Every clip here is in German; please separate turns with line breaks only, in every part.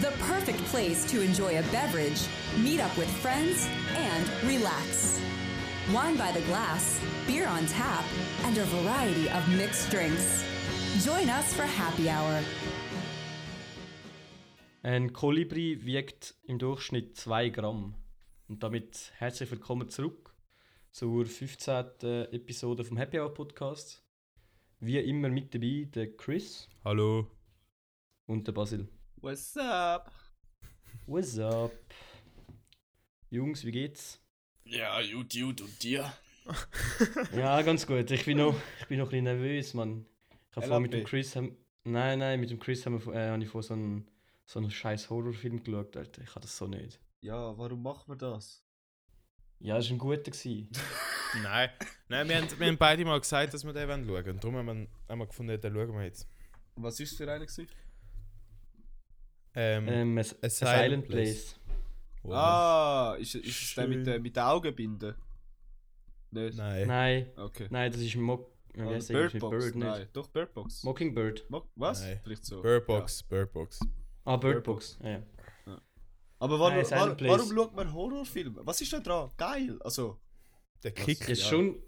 the perfect place to enjoy a beverage, meet up with friends, and relax. Wine by the glass, beer on tap, and a variety of mixed drinks. Join us for happy hour.
Ein Kolibri wiegt im Durchschnitt 2 Gramm. Und damit herzlich willkommen zurück zur 15. Episode vom Happy Hour Podcast. Wie immer mit dabei der Chris
Hallo.
und der Basil.
What's up?
What's up? Jungs, wie geht's?
Ja, gut, gut, und dir?
Ja, ganz gut. Ich bin noch, ich bin noch ein bisschen nervös, Mann. Ich habe vorher mit dem
LAP.
Chris. Haben, nein, nein, mit dem Chris haben wir, äh, habe ich vor so einen, so einen scheiß Horrorfilm geschaut, Alter. Ich kann das so nicht.
Ja, warum machen wir das?
Ja, das war ein guter. Gewesen.
Nein, Nein wir, haben, wir haben beide mal gesagt, dass wir den wollen schauen wollen. Und darum haben wir, haben wir gefunden, den schauen wir jetzt.
Was ist für eine gewesen?
Ähm,
Ähm, a, a Silent, Place.
oh,
Ah, ist, ist es der
Schön.
mit, der mit den Augenbinden? Nicht?
Nein.
Nein,
Okay.
nein, das ist Mock. Wie
Oder
heißt
Bird
Bird,
Box?
Bird nicht.
Nein, doch Bird Box.
Mockingbird.
Mo- Was?
Nein.
Vielleicht so.
Bird Box, Bird Box.
Ah, Bird
Bird
Box. Ja, ja.
Ja. Aber warum,
Nein, Silent
warum,
Place.
warum schaut man Horrorfilme? Was ist da dran? Geil! Also,
Der Kick.
Es ist schon,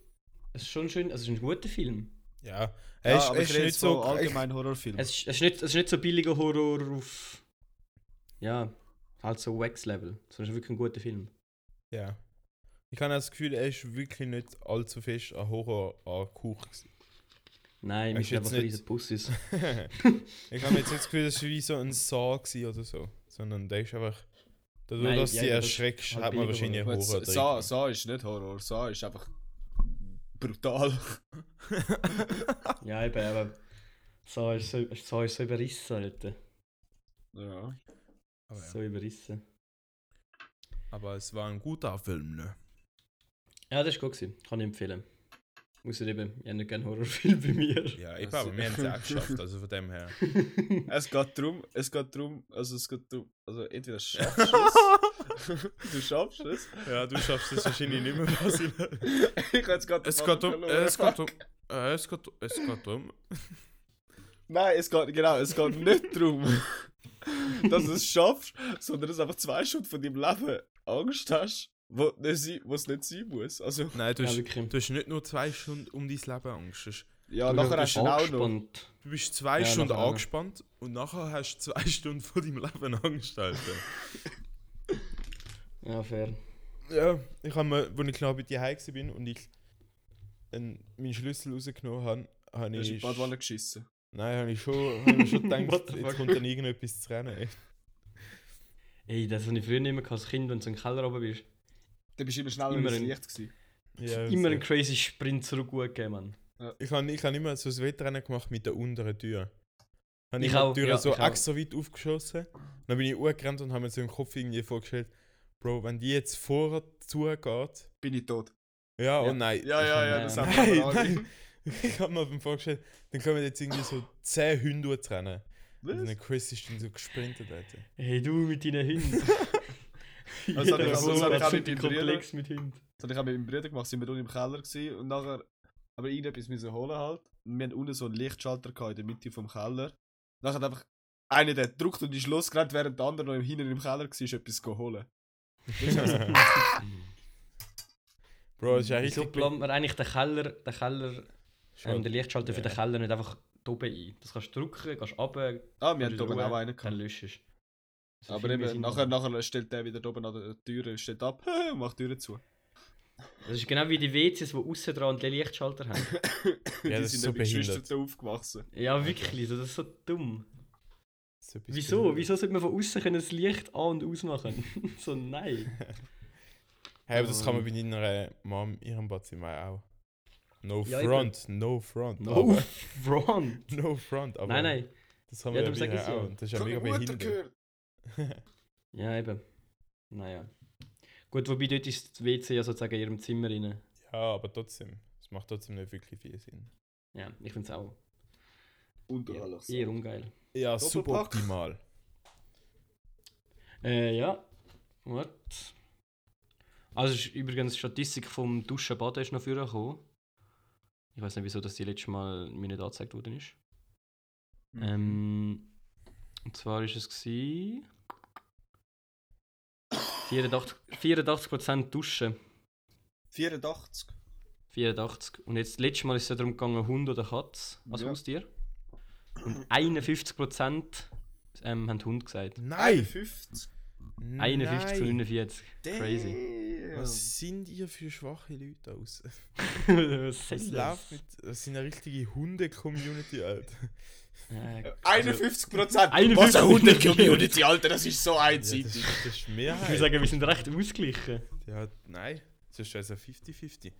es ist schon schön, es ist ein guter Film.
Ja. Er ist,
ja,
er ist
rede
nicht
jetzt von
so.
allgemein Horrorfilm.
Es ist, es, ist nicht, es ist nicht so billiger Horror auf. Ja, halt so Wax-Level. Sondern es ist wirklich ein guter Film.
ja. Ich habe das Gefühl, er ist wirklich nicht allzu fest an Horror an Kuch. gewesen.
Nein, wir
Es ist
sind
jetzt
einfach
nicht-
riesen Pussis.
Ich habe jetzt nicht das Gefühl, das war wie so ein Saw gewesen oder so. Sondern der ist einfach. Dadurch,
Nein,
dass
ja,
du dich
ja, das
erschreckst,
ist halt
hat man
billiger
wahrscheinlich
Horror.
einen
Gut,
Horror
Sa,
drin.
Sa ist nicht Horror, Sa ist einfach brutal.
ja, eben, aber. So ist so, so, ist so überrissen, Alter.
Oh, ja.
Aber, ja.
So überrissen.
Aber es war ein guter Film, ne?
Ja, das war gut. Gewesen. Kann ich empfehlen. Außer eben, ich habe nicht gerne Horrorfilme bei mir.
Ja, eben,
Das-
aber wir haben es auch geschafft, also von dem her.
Es geht darum, es geht darum, also es geht darum, also entweder schaffst du es, du schaffst es,
Ja, du schaffst es wahrscheinlich nicht mehr, Basil.
ich habe jetzt gerade
Es
den
geht
Faden
um,
verloren.
es geht um, äh, es geht, es geht um.
Nein, es geht, genau, es geht nicht darum, dass du es schaffst, sondern dass du einfach zwei Stunden von deinem Leben Angst hast, wo nicht sein- wo es nicht sein muss. Also,
Nein, du
Ja,
hast,
wirklich.
du hast nicht nur zwei Stunden um dein Leben Angst. Du hast-
ja, nachher hast du ihn auch noch.
angespannt.
Du bist zwei
Ja,
Stunden
nachher auch noch.
angespannt und nachher hast du zwei Stunden von deinem Leben Angst, Alter.
Ja, fair.
ja, ich habe mir, als ich knapp bei dir heim bin und ich einen, meinen Schlüssel rausgenommen habe, habe
Du hast in
ich.
die Badwanne geschissen.
Nein, habe ich schon, habe ich mir schon
What
gedacht,
the
jetzt
fuck?
kommt dann irgendetwas zu rennen. ey.
Ey, das habe ich früher nicht mehr gehabt, als Kind, wenn du in den Keller oben bist.
Dann bist du immer schneller
Immer
ins
ein-
Licht gewesen.
Ja,
Immer
so.
einen crazy Sprint zurück gut gegeben, Mann.
Ich habe ich hab immer so ein Wettrennen gemacht mit der unteren Tür. Habe
Ich
ich, hab
auch,
die Tür
ja,
so
ich auch.
extra weit aufgeschossen. Dann bin ich hochgerannt und habe mir so im Kopf irgendwie vorgestellt, Bro, wenn die jetzt vorher zugeht.
Bin ich tot.
Ja.
Ja, oh nein.
Ja, Genau. ja, ja,
ja.
das haben wir
Nein,
aber alle.
nein. Ich habe mir beim vorgestellt, dann kommen jetzt irgendwie so 10 Hunde durchrennen. Und
Was?
dann Chris ist dann so gesprintet, Alter.
Hey, du mit deinen Hunden. Jeder
Also,
das-
so
das hab
ich auch
absolut
mit meinem
komplex mit Hunden.
Das habe ich auch mit meinem Bruder gemacht, sind wir unten im Keller gewesen und nachher aber irgendetwas müssen holen halt. Und wir haben unten so einen Lichtschalter gehabt in der Mitte vom Keller. Nachher hat einfach einer der gedruckt und ist losgerannt, während der andere noch im- hinten im Keller war, ist etwas geholt.
Bro, das ist ja
Wieso
richtig.
plant man eigentlich den Keller, den Keller, ähm, den Lichtschalter für
Ja.
den Keller nicht einfach da oben ein? Das kannst du drücken, gehst runter,
Ah, wir haben
in
da oben
Ruhe,
auch einen
dann
gehabt.
löschst du es. Das hat
Aber
viel mehr
eben,
Sinn
nachher,
gemacht.
nachher stellt der wieder da oben an der Tür, steht ab, und macht die Türe zu.
Das ist genau wie die WCs, die außen dran den Lichtschalter haben.
ja,
die
das
sind
ist so
mit Geschwistern
behindert.
da aufgewachsen.
ja, wirklich, so, das ist so dumm.
So etwas
Wieso?
behindert.
Wieso sollte man von außen können das Licht an- und ausmachen? so, nein.
Hey, aber das kann man
Ähm.
bei deiner äh, Mom, ihrem Badzimmer auch. No
Ja, eben.
front, no front.
No
aber-
front!
No front, aber.
Nein, nein.
Das haben
Ja,
wir ja,
darum sag
bei ihr
ich's ja.
auch. und Das ist
Ich
ja
habe
mega
meine Mutter
behindert.
gehört.
Ja, eben. Naja. Gut, wobei dort ist das WC ja sozusagen in ihrem Zimmer rein.
Ja, aber trotzdem. Es macht trotzdem nicht wirklich viel Sinn.
Ja, ich finde es auch
Und
eher,
alles.
eher ungeil.
Ja,
Doppelpack.
suboptimal.
Äh, ja. Warte. Also ist übrigens die Statistik vom Duschen Baden ist noch früher gekommen. Ich weiß nicht, wieso das die letzte Mal mir nicht
Mhm.
Ähm, angezeigt worden ist. Ähm, und zwar ist es gsi. 84, 84% duschen.
84.
84. Und jetzt, letztes Mal ist es ja darum gegangen, Hund oder Katz als
Ja.
Haustier. Und 51% ähm, haben Hund gesagt.
Nein!
50.
51 zu
Nein.
49. Crazy.
Was?
Was sind ihr für schwache Leute aus?
Was
Das
soll
läuft mit. Das sind eine richtige Hunde-Community, Alter.
Ja,
Äh,
also,
51 Prozent.
51%.
Was eine Hunde-Community, Alter, das ist so
Ja, das,
einseitig.
ist- das ist
Ich würde
Mehrheit.
sagen, wir sind recht ausgeglichen.
Ja, nein. Das ist also 50-50.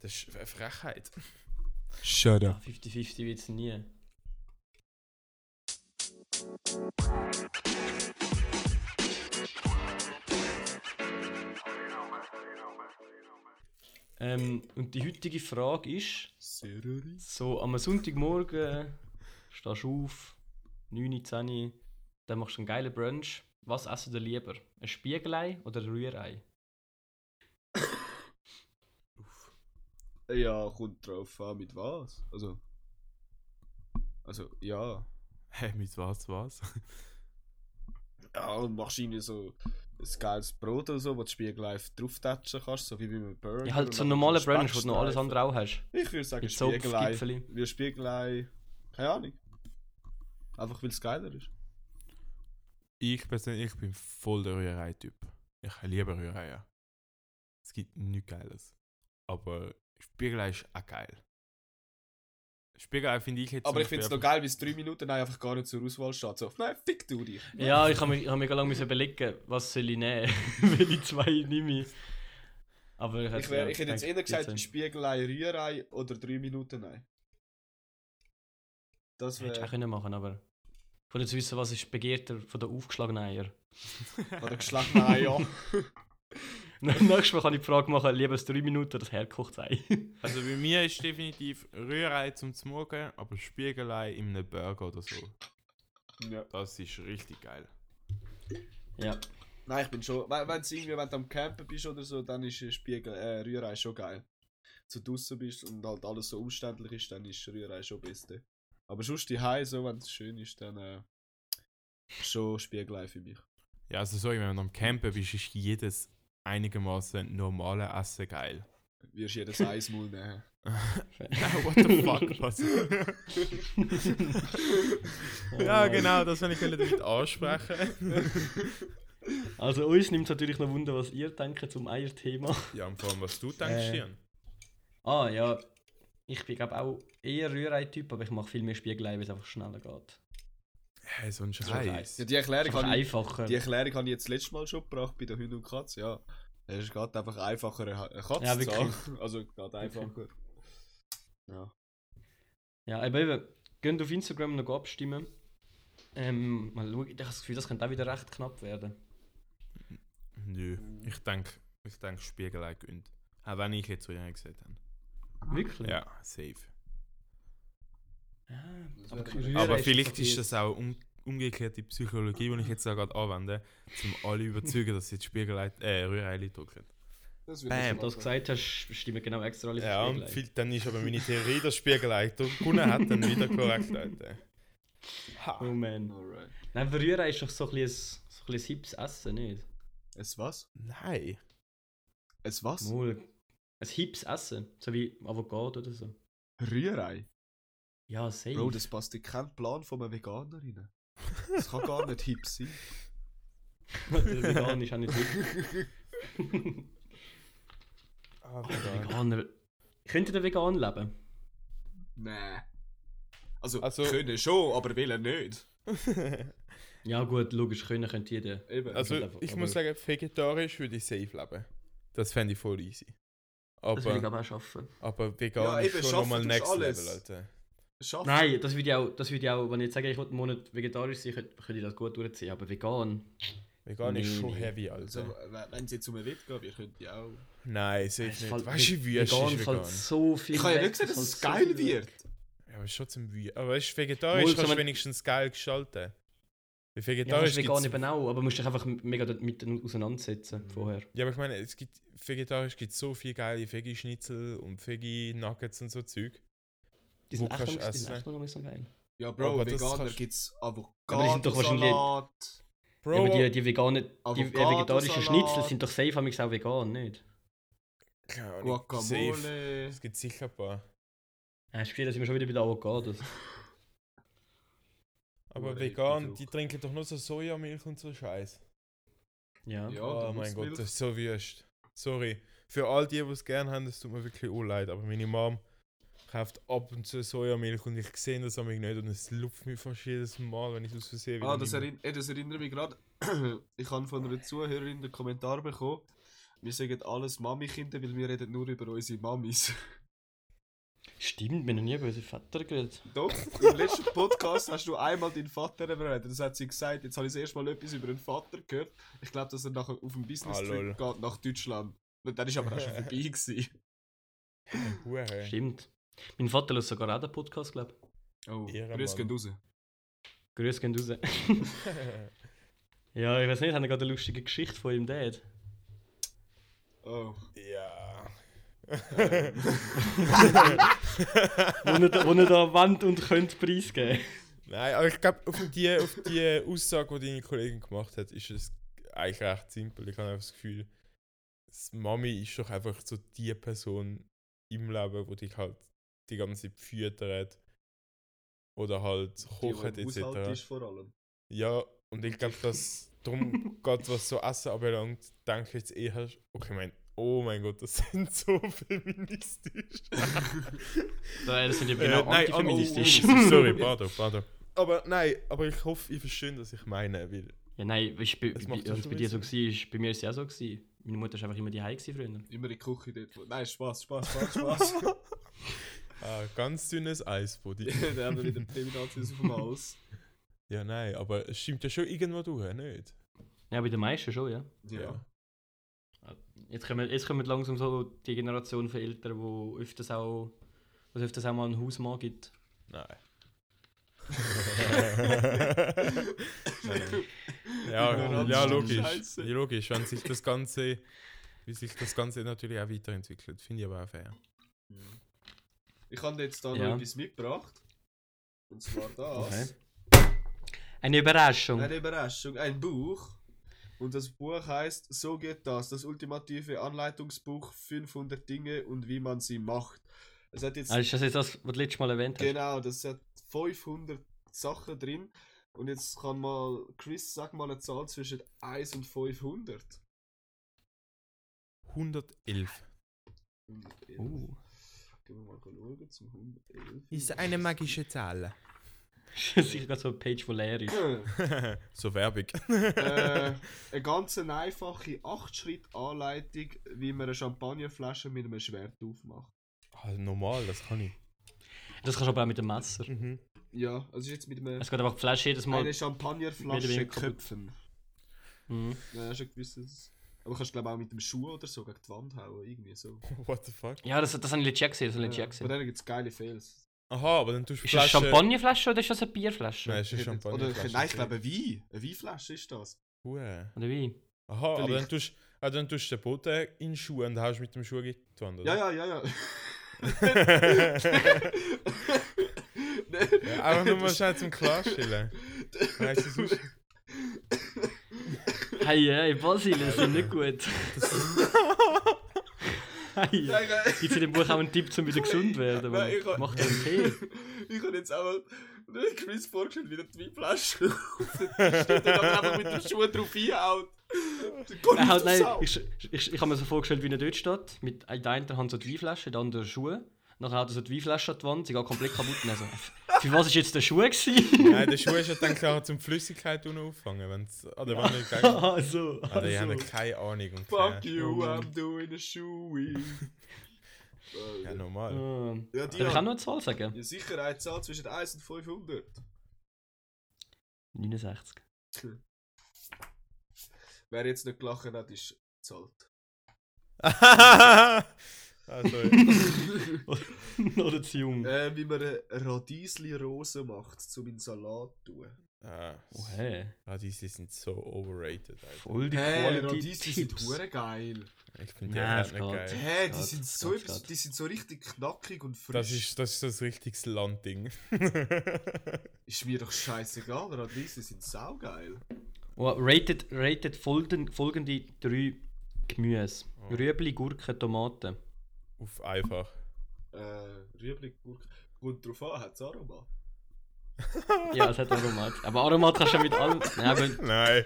Das ist eine Frechheit.
Shut up.
50-50 wird es nie. Ähm, und die heutige Frage ist, so am Sonntagmorgen stehst du auf, 9, Uhr, 10, Uhr, dann machst du einen geilen Brunch. Was essen du lieber? Ein Spiegelei oder ein Rührei?
Ja, kommt drauf an, mit was? Also. Also, ja.
Hä, mit was, was?
Ja, und machst irgendwie so ein geiles Brot oder so, wo du Spiegelei drauftatschen kannst, so wie bei einem Burger.
Ja, halt so einen
Und dann
normalen
so
Brunch, wo du noch alles andere auch hast.
Ich würde sagen,
Mit Soap,
Spiegelei.
Gipfeli.
Wie Spiegelei. Keine Ahnung. Einfach weil es geiler ist.
Ich persönlich ich bin voll der Rührei-Typ. Ich liebe Rührei. ja. Es gibt nichts Geiles. Aber Spiegelei ist auch geil. Spiegelei finde ich jetzt. zum
Aber ich finde es
Beispiel
noch geil, bis drei Minuten nein, einfach gar nicht zur Auswahl steht. So, nein, fick du dich.
Ja, ich habe mir, ich hab mir gerade lange müssen überlegen, was soll ich nehmen, welche zwei nehme ich. Aber ich,
Ich, wär, ich hätte jetzt eher
äh,
gesagt, Spiegelei, Rührei oder drei Minuten nein. Das
das hätte ich auch
wäre
können machen, aber ich wollte jetzt wissen, was ist begehrter von den aufgeschlagenen Eier.
oder geschlagene Eier. ja.
Nächstes Mal kann ich die Frage machen, lieber das 3 Minuten oder das hergekochtes Ei.
Also bei mir ist definitiv Rührei zum Morgen, aber Spiegelei in einem Burger oder so.
Ja.
Das ist richtig geil.
ja.
Nein, ich bin schon. Wenn, wenn's irgendwie, wenn du am Campen bist oder so, dann ist äh, Spiegel, äh, Rührei schon geil. Zu draußen bist und halt alles so umständlich ist, dann ist Rührei schon beste. Aber sonst die Hause, so, wenn es schön ist, dann äh, schon Spiegelei für mich.
Ja, also sorry, wenn du am Campen bist, ist jedes einigermaßen normale Essen geil.
Wirst jedes Eis mal nehmen.
What the fuck, was?
Oh
ja, genau, das wollte ich damit ansprechen.
Also uns nimmt es natürlich noch Wunder, was ihr denkt zum Eierthema.
ja, und vor allem, was du denkst,
Äh.
Jan?
Ah ja, ich bin glaube auch eher Rührei-Typ, aber ich mache viel mehr Spiegelei, weil es einfach schneller geht.
Hä, so ein
Scheiß.
Scheiß.
Ja, die Erklärung
Einfach
habe ich,
einfacher.
die Erklärung habe ich jetzt letztes Mal schon gebracht bei der Hühn und Katze. Ja, es ist gerade einfach einfacher, eine Ha- eine Katze
Ja,
zu
wirklich.
haben. Also gerade einfacher. Ja.
Ja, aber eben, geht auf Instagram noch abstimmen. Ähm, mal schauen, ich habe das Gefühl, das könnte auch wieder recht knapp werden.
Nö, ich denke, ich denke, Spiegelei gönnt. Auch wenn ich jetzt so jemand gesagt habe.
Wirklich?
Ja, safe.
Aber,
Aber vielleicht ist das auch um, umgekehrte Psychologie, die ich jetzt auch gerade anwende, um alle überzeugen, dass sie jetzt Spiegelei, äh, Rührei drucken.
Das wird
Bam.
Wenn du das gesagt hast, stimmen genau extra alle für
Ja, und
Spiegelei.
viel, dann ist aber meine Theorie, dass Spiegelei gewonnen hat, dann wieder korrekt, Alter.
Oh man.
Alright.
Nein, aber Rührei ist doch so ein, bisschen ein, so ein bisschen hips Essen, nicht?
Es was?
Nein.
Es was?
Wohl. Ein hips Essen, so wie Avocado oder so.
Rührei?
Ja, safe.
Bro, das passt in keinen Plan von einem Veganer rein. Das kann gar nicht hip sein.
Der Vegan ist auch nicht hip.
Oh
Veganer. Könnte der Vegan leben?
Nee. Also,
Also-
können schon, aber wollen nicht.
Ja gut, logisch, können könnte jeder.
Eben.
Also, ich muss sagen, vegetarisch würde ich safe leben. Das fände ich voll easy.
Das will ich
Aber,
aber auch schaffen.
aber vegan
Ja, eben,
ist schon nochmal
schaffen
next
tust alles.
level, Alter.
Schaffen.
Nein, das würde ich auch, das würde ich auch, wenn ich jetzt sage, ich will einen Monat vegetarisch sein, könnte, könnte ich das gut durchziehen, aber vegan.
Vegan ist
Nee,
schon
nee.
heavy,
Also,
Alter.
w- wenn es jetzt um einen Wett geht, wir könnten ja auch.
Nein, safe
Es fällt-
nicht. Weißt du, wie Wüste
vegan
ist
fällt
vegan?
so viel
Ich habe ja
weg,
nicht gesagt, dass
fällt
es
so
geil
viel weg.
wird.
Ja, aber ist schon zum Wüsten. Aber weißt du, vegetarisch
Wohl, so
kannst du
wenn-
wenigstens geil gestalten. Bei
Ja, das
vegetarisch
ist vegan
gibt's-
eben auch, aber musst dich einfach mega dort mit denen auseinandersetzen vorher.
Ja, aber ich meine, es gibt vegetarisch gibt so viel geile Veggie-Schnitzel und Veggie-Nuggets und so Zeug.
Die
Wo
sind, echt
kannst
noch,
du
die sind
essen?
echt noch nicht so geil.
Ja, Bro,
Aber das
Veganer
kannst-
gibt es
Aber die sind doch wahrscheinlich-
Avocado-Salat.
Ja,
Bro,
aber die, die veganen, die
Avocado-Salat.
vegetarischen Schnitzel sind doch safe, haben auch vegan, nicht?
keine Ahnung, safe.
Guacamole.
Es gibt sicher ein paar.
Hast du gesehen, da sind wir schon wieder bei den Avocados.
Aber
Urheber-
vegan,
Produkt.
die trinken doch nur so Sojamilch und so Scheiß.
Ja.
Ja,
oh
der
mein Gott,
Nussmilch.
das ist so wüst. Sorry. Für all die, die es gerne haben, das tut mir wirklich auch leid. Aber meine Mom kauft ab und zu Sojamilch und ich sehe das nämlich nicht und es lupft mich fast jedes Mal, wenn ich es aus Versehen wieder
Ah, das,
nehme.
erinn eh, das erinnert mich gerade. ich habe von einer Zuhörerin den Kommentar bekommen. Wir sagen alles Mami-Kinder, weil wir reden nur über unsere Mamis.
Stimmt, wir haben noch nie über unseren Vater geredet.
Doch, im letzten Podcast hast du einmal deinen Vater erwähnt. Das hat sie gesagt. Jetzt habe ich das erste Mal etwas über den Vater gehört. Ich glaube, dass er nachher auf einen
Ah,
Business-Trip geht nach Deutschland. Und dann ist aber auch schon vorbei gewesen.
Hure.
Stimmt. Mein Vater lässt sogar auch den Podcast, glaube ich.
Oh,
Ehrenmann.
Grüße gehen raus.
Grüße gehen raus. ja, ich weiß nicht, haben wir gerade eine lustige Geschichte von ihm Dad?
Oh.
Ja.
Wo er, da- wo er da Wand und könnt preisgeben.
Nein, aber ich glaube, auf die, auf die Aussage, die deine Kollegin gemacht hat, ist es eigentlich recht simpel. Ich habe einfach das Gefühl, das Mami ist doch einfach so die Person im Leben, die dich halt die ganze Zeit füttert. Oder halt kocht
im Haushalt ist
etc.
vor allem.
Ja, und ich glaube, dass darum geht, was so Essen anbelangt, denke ich jetzt eher. Okay, mein, oh mein Gott, das sind so feministisch.
Nein, das sind ja genau
Äh, nein,
antifeministisch.
oh, oh, oh, sorry, pardon, pardon. Aber nein, aber ich hoffe, ihr versteht, was ich meine, weil
ja, nein, weißt du, bei,
Das
bei,
macht
als es bei
schon
dir so war, bei mir war es ja auch so. Gewesen. Meine Mutter war einfach immer die Hause früher.
Immer in die Küche dort. wo- Nein, Spaß, Spaß, Spaß, Spaß.
ah, ganz dünnes Eis, Body.
Dann haben wir wieder Kriminalität auf dem Hals.
ja, nein, aber es stimmt ja schon irgendwo durch, nicht?
Ja, bei den meisten schon, ja.
Ja.
Jetzt kommen, jetzt kommen langsam so die Generation von Eltern, die öfters auch, was öfters auch mal einen Hausmann gibt.
Nein. ja,
Ignoranz
ja,
ist
logisch.
Scheiße.
Ja, logisch, wenn sich das Ganze, wie sich das Ganze natürlich auch weiterentwickelt, finde ich aber auch fair.
Ich habe jetzt da
Ja.
noch etwas mitgebracht. Und zwar das.
Eine Überraschung.
Eine Überraschung, ein Buch. Und das Buch heißt So geht das, das ultimative Anleitungsbuch 500 Dinge und wie man sie macht. Es hat jetzt
Also ist das jetzt das, was du letztes Mal erwähnt hast?
genau, das hat 500 Sachen drin und jetzt kann mal Chris sag mal eine Zahl zwischen 1 und 500.
111.
111.
Uh.
Gehen wir mal schauen zum 111.
eine magische Zahl.
Das ist sicher gerade so eine Page, die leer ist.
so Werbung.
äh, eine ganz einfache 8-Schritt-Anleitung, wie man eine Champagnerflasche mit einem Schwert aufmacht.
Ah, normal, das kann ich.
Das kannst du aber auch mit dem Messer.
Ja, also ist jetzt mit einem
Es geht einfach die Flasche jedes Mal.
Mhm.
Mehr
eine
oder
Champagnerflasche
weniger kaputt.
köpfen.
Mhm.
Ja, hast du gewusst, dass es- Aber kannst glaube auch mit dem Schuh oder so gegen die Wand hauen, irgendwie so.
What the fuck?
Ja, das, das habe ich letztes Jahr gesehen. Das habe ich
Ja.
letztes
Von
Jahr gesehen.
denen gibt es geile Fails.
Aha, aber dann tust du
Ist das eine Champagnerflasche oder ist das eine Bierflasche?
Nein, es ist eine
Oder
Champagnerflasche.
nein, ich glaube Wein. Eine Weinflasche ist das.
Hure.
Oder wie?
Aha, aber dann
Vielleicht.
tust, ah, dann tust du den Boden in den Schuh und haust mit dem Schuh gegen die Wand,
Ja,
oder?
ja, ja, ja.
Ja, einfach nur mal schnell zum Klarstellen. Weißt du, sonst-
Hey, hey, Basil, das ist nicht gut. hey,
Nein, nein.
Gibt es in dem Buch auch einen Tipp, um wieder gesund zu werden?
Nein,
Mann?
ich kann-
Mach dir einen Tee.
Ich habe jetzt auch mal einen Chris vorgestellt, wie er die Weinflasche auf den Tisch steht und dann einfach mit dem Schuh drauf einhaut.
Nein, halt, nein,
Ich
ich, ich, ich habe mir so vorgestellt, wie er dort steht. Mit in der einen Hand so die Weinflasche, in der anderen Schuhe. Nachher hat er so die Weinflasche an die Wand, sie geht komplett kaputt. Und er so, für was ist jetzt der Schuh gewesen?
Nein, der Schuh ist ja dann klar zum Flüssigkeit unten auffangen, wenn's, oder wenn ich denke, Alter,
also,
die haben ja
also.
keine Ahnung. Und
Fuck
keine-
you, I'm doing a shoey.
Ja, normal.
Ähm,
ja,
Darf ich auch noch
die
eine Zahl sagen?
ja, sicher eine Zahl zwischen 1 und 500.
69.
Wer jetzt nicht gelacht hat, ist zahlt.
also, ja.
Oder zu jung.
Äh, wie man eine Radiesli-Rose macht, zum in Salat zu tun.
ah,
Oh, hey.
ah, diese sind so overrated, Alter.
Voll die Quality Tipps.
geil.
Ich finde die
Nein,
echt
es
nicht
geht.
geil.
Hä, die
Geht,
sind
geht,
so,
geht.
etwas- die sind so richtig knackig und frisch.
Das ist, das ist das richtiges Landding.
Ist mir doch scheißegal, Radiesli sind saugeil.
Oh, rated, rated folgen, folgende drei Gemüse:
Oh.
Rüebli, Gurken, Tomaten.
Auf einfach.
Äh, Rüebli, Gurke. Kommt drauf an, hat es Aroma?
Ja, es hat Aromat. Aber Aromat kannst du ja mit allem. Nein, aber,
Nein,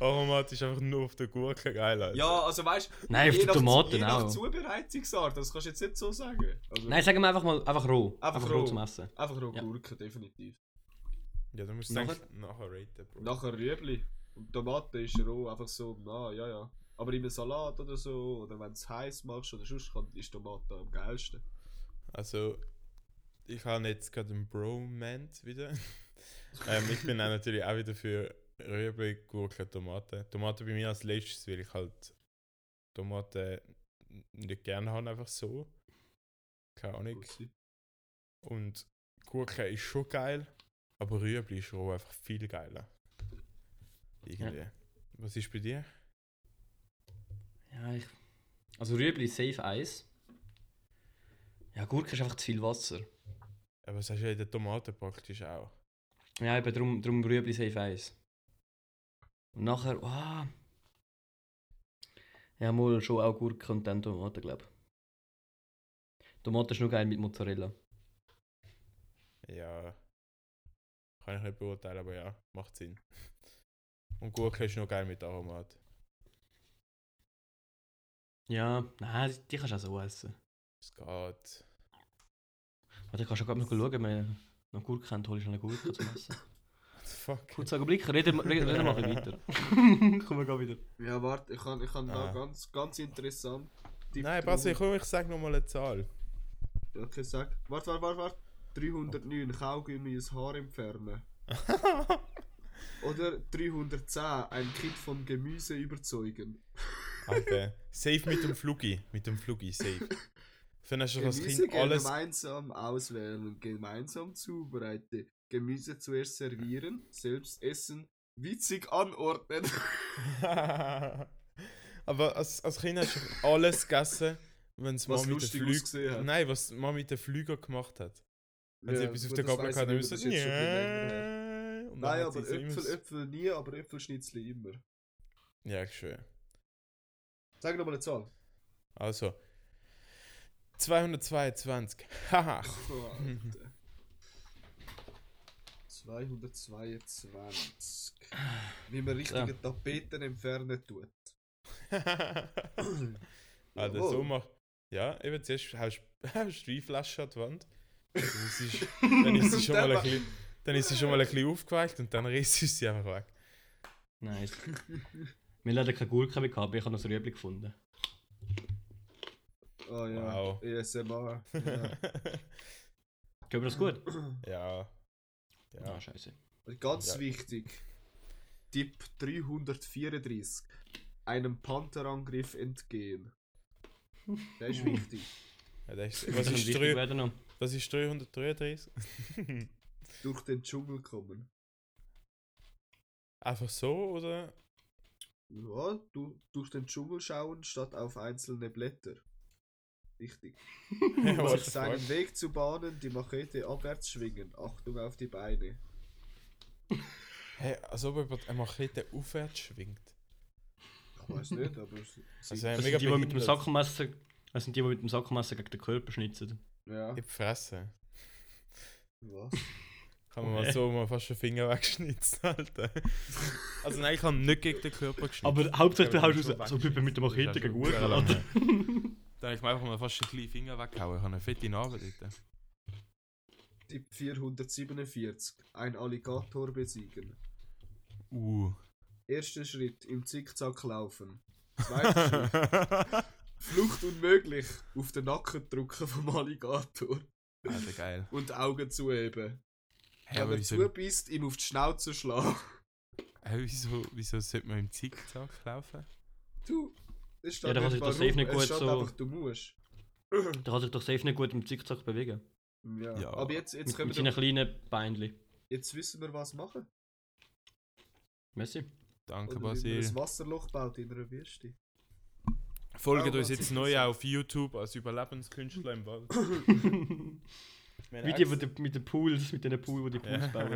Aromat ist einfach nur auf der Gurke geil. Alter.
Ja, also weißt du.
Nein, auf
je
die
nach-
Tomaten
je nach
auch.
Zubereitungsart, das kannst du jetzt nicht so sagen. Also,
nein, sagen wir einfach mal einfach roh.
Einfach
Einfach,
roh.
roh zum Essen.
Einfach nur
Ja.
Gurke, definitiv.
ja dann musst du
Nachher-
nachher, nachher raten, Bro.
Nachher Rüebli. Und Tomate ist roh, einfach so, na, ja, ja. Aber in einem Salat oder so, oder wenn du es heiß machst oder sonst, kann, ist Tomate am geilsten.
Also, ich habe jetzt gerade einen Bro-Moment wieder. ähm, ich bin auch natürlich auch wieder für Rüebli, Gurke, Tomaten. Tomaten bei mir als letztes, weil ich halt Tomaten n- nicht gerne habe, einfach so. Keine Ahnung.
Gurke.
Und Gurke ist schon geil, aber Rüebli ist roh einfach viel geiler. Irgendwie. Was ist bei dir?
Ja, ich. Also Rüebli, safe Eis. Ja, Gurke ist einfach zu viel Wasser.
Aber das hast du ja in der Tomate praktisch auch.
Ja, eben drum, drum Rüebli safe Eis. Und nachher, ah. Ja, mal schon auch Gurke und dann Tomaten, glaube ich. Tomate ist nur geil mit Mozzarella.
Ja. Kann ich nicht beurteilen, aber ja, macht Sinn. Und Gurke ist noch geil mit Aromat.
Ja, nein, die, die kannst du auch so essen.
Es geht.
Warte, kannst du gerade noch schauen, wenn wir noch Gurke haben, holst du noch eine Gurke zum Essen.
What the fuck?
Kurz Augenblick, reden wir reden, reden wir mal weiter. Kommen wir gleich wieder.
Ja, warte, ich kann, ich kann
Ah.
da ganz, ganz interessant. Tipp
Nein, Basti,
drauf.
komm, ich sag nochmal eine Zahl.
Okay, sag. Warte, warte, warte, warte. 309 Kaugummi ein Haar entfernen. Oder 310 ein Kind von Gemüse überzeugen.
Alter. safe mit dem Flugi. Mit dem Flugi, safe. Dann hast du als
Gemüse
Kind alles.
gemeinsam auswählen und gemeinsam zubereiten. Gemüse zuerst servieren, selbst essen, witzig anordnen.
aber als, als Kind hast du alles gegessen, wenn es
Was
Mami den
lustig ausgesehen
Flüger.
hat.
Nein, was Mami den Flüger gemacht hat. Wenn sie
Ja,
etwas auf
gut,
der
das
Gabel
weiss
hatte,
ich nicht,
müssen.
aber das ist jetzt schon viel länger her.
Yeah. Und dann
Nein,
hat
aber
sie so immer
Äpfel,
so-
Äpfel nie, aber Äpfelschnitzel immer.
Ja, schön.
Sag nochmal eine Zahl.
Also. 222. Haha.
Oh, Alter. 222. Wie
Ah,
man richtige
Ja.
Tapeten entfernen tut.
Alter,
Jawohl.
Also, so mach. Ja, eben zuerst hast hast du Weinflasche an die Wand. Dann ist sie, dann ist sie schon mal ein bisschen, dann ist sie schon mal ein bisschen aufgeweicht und dann riss sie sie einfach weg.
Nice. Wir haben leider keine Gurke mehr gehabt, aber ich habe noch so Rüebli gefunden.
Oh ja.
Wow.
ASMR. Ja.
Gehen wir das gut?
Ja. Ja.
Ah, scheiße.
Und Ganz
Ja.
wichtig. Tipp 334. Einem Pantherangriff entgehen. Der ist wichtig.
ja das ist,
Das
was,
kann
ist
wichtig
drei,
werden noch.
was ist 333?
Durch den Dschungel kommen.
Einfach so oder?
Ja, du, durch den Dschungel schauen statt auf einzelne Blätter. Wichtig. Um
What
sich
the
seinen
fuck?
Weg zu bahnen, die Machete abwärts schwingen. Achtung auf die Beine.
Hey, als ob jemand eine Machete aufwärts schwingt.
Ich weiß nicht, aber. es- sie-
Also, ja,
Das
mega
sind die, die mit dem
behindert.
Sackmesser. Das sind die, die mit dem Sackmesser gegen den Körper schnitzen.
ja.
In die Fresse.
Was?
Kann man mal so mal fast den Finger wegschnitzen, Alter. Also nein, ich habe nicht gegen den Körper geschnitten.
Aber hauptsächlich
Ja, aber
haust du
schon
raus, so wie bei mit der Machete
weggeschnitten.
gegen
Das ist
Gurken, Alter.
auch schon sehr lange. Dann habe ich mir einfach mal fast einen kleinen Finger weggehauen. Ich habe eine fette Narbe dort.
Tipp 447. Ein Alligator besiegen.
Uh.
Erster Schritt: im Zickzack laufen. Zweiter Schritt: Flucht unmöglich. Auf den Nacken drücken vom Alligator.
Alter, geil.
Und Augen zuheben.
Hey,
Wenn
aber
er
wieso,
zubeißt, ihm auf die Schnauze schlagen.
hey, wieso, wieso sollte man im Zickzack laufen?
Du, es steht
Ja, da kann sich
nicht
das
warum,
safe nicht
es
gut
steht
so-
einfach, du musst.
Da kann sich doch safe nicht gut im Zickzack bewegen.
Ja.
Ja.
Aber jetzt, jetzt,
Mit,
können
mit
wir
seinen
doch,
kleinen Beinchen.
jetzt wissen wir, was machen.
Messi?
Danke,
Oder wie man
Basil.
ein Wasserloch baut in einer Wüste.
Folgt
Oh,
uns
was
jetzt
ist
neu
das?
auf YouTube als Überlebenskünstler im Wald.
Wie die, wo die mit den Pools, mit den Pools, die die Pools bauen.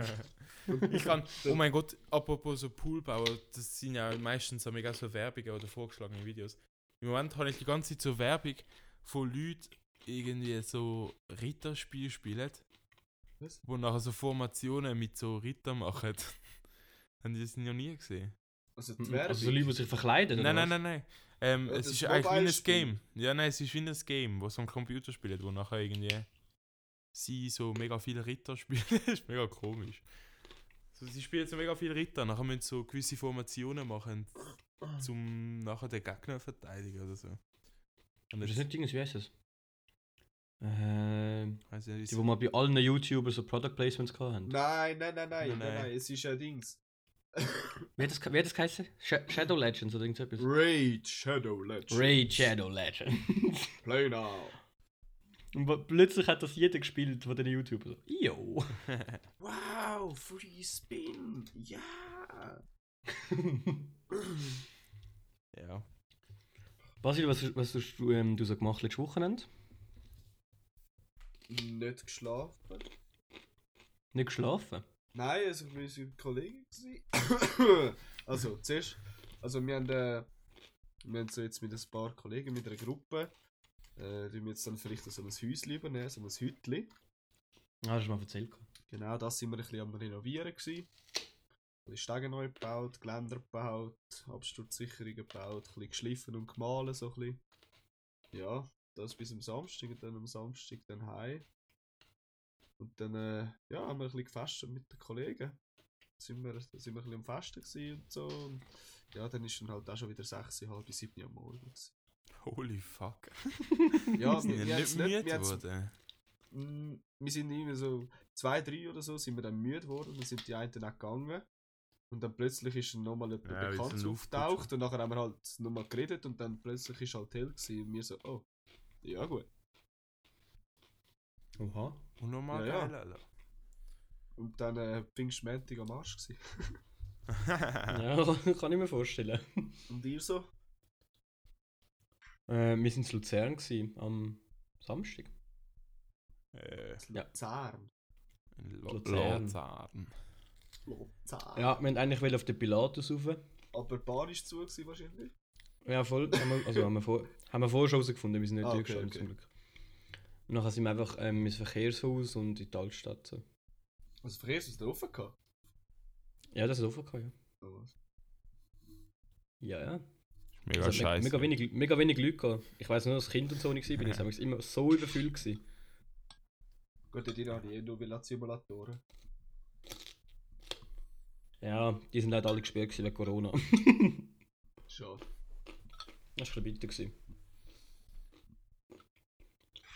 Also
ich kann, oh mein Gott, apropos so Poolbauer, das sind ja meistens so mega so Werbungen oder vorgeschlagene Videos. Im Moment habe ich die ganze Zeit so Werbung von Leuten, irgendwie so Ritterspiel spielen,
Was?
wo nachher so Formationen mit so Ritter machen. Haben die das noch nie gesehen?
Also
Mhm.
die Werbung.
Also so Leute, die sich verkleiden,
Nein,
oder
nein, nein, nein. Ähm,
Ja,
es
das
ist eigentlich wie ein
Mobile-Spiel.
Game. Ja, nein, es ist wie ein Game, wo so am Computer spielt, wo nachher irgendwie sie so mega viele Ritter spielen. das ist mega komisch. So, sie spielen so mega viele Ritter, nachher müssen sie so gewisse Formationen machen, zum nachher den Gegner verteidigen oder so. Und
was? Ist das
jetzt,
nicht irgendwas, wie heißt das? Ähm,
weiss ich nicht,
die, wo mal bei allen YouTubern so Product Placements gehabt haben.
Nein, nein, nein, nein,
Nein,
nein,
nein.
nein, es ist ein Dings.
Wie hat das, ge- wie hat das geheißen? Sha- Shadow Legends oder irgendetwas?
Raid Shadow Legends.
Raid Shadow Legends.
Play now.
Und wo- plötzlich hat das jeder gespielt von den YouTubern. So, yo!
Wow, Free Spin. Ja.
ja.
Basil, was, was hast du, ähm, du so gemacht letztes Wochenende?
Nicht geschlafen.
Nicht geschlafen?
Nein, also wir sind Kollegen gewesen. also, zuerst, also wir haben, äh, wir haben so jetzt mit ein paar Kollegen, mit einer Gruppe, äh, die wir jetzt dann vielleicht so ein Häuschen übernehmen, so ein Hütli.
Ah, das hast du mal erzählt. gehabt.
Genau, das sind wir ein bisschen am Renovieren gewesen. Die Stege neu gebaut, Geländer gebaut, Absturzsicherungen gebaut, ein bisschen geschliffen und gemahlen, so ein bisschen. Ja, das bis am Samstag und dann am Samstag dann heim. Und dann, äh, ja, haben wir ein bisschen gefestet mit den Kollegen. Sind wir, da sind wir ein bisschen am Festen gewesen und so. Und ja, dann ist dann halt auch schon wieder 6, halb 7 Uhr am Morgen. gewesen.
Holy fuck.
Ja,
Sind ja
wir, wir,
nicht
haben's nicht,
müde
wir haben's
geworden.
Mm, wir sind irgendwie so zwei, drei oder so, sind wir dann müde geworden, dann sind die einen dann auch gegangen. Und dann plötzlich ist nochmal jemand
Ja, weil es
bekannt
ein
aufgetaucht und nachher haben wir halt nochmal geredet und dann plötzlich ist halt hell gewesen und wir so, oh, ja gut.
Oha.
Und nochmal
Ja, ja.
geil, Alter.
Und dann äh, Pfingstmäntig am Arsch gewesen.
Ja, kann ich mir vorstellen.
Und ihr so?
Äh, wir sind in Luzern gewesen, am Samstag.
Äh,
Das
Ja.
Luzern.
in
Luzern.
Luzern.
Luzern.
Ja, wir wollten eigentlich auf den Pilatus rauf.
Oh, Aber die Bahn ist zu gewesen wahrscheinlich.
Ja, voll. Haben wir, also haben wir, vor, haben wir vorher schon herausgefunden, wir sind nicht
Ah, okay,
durchgeschaut
okay.
zum Glück. Und nachher sind wir einfach ähm, ins Verkehrshaus und in die Altstadt. So.
Also Verkehrs ist da offen gehabt.
Ja, das ist offen gehabt,
Oh, was?
ja. Ja, ja.
Mega
Also, me-
scheiße.
mega, wenig, mega wenig Leute gehabt. Ich weiß nur, als Kind und so nicht war, bin ich damals immer so überfüllt. Gewesen.
Gut, die habe ich eh nur weil Simulatoren.
Ja, die sind halt alle gesperrt gewesen wegen Corona.
Schade.
Das war ein bisschen bitter. gewesen.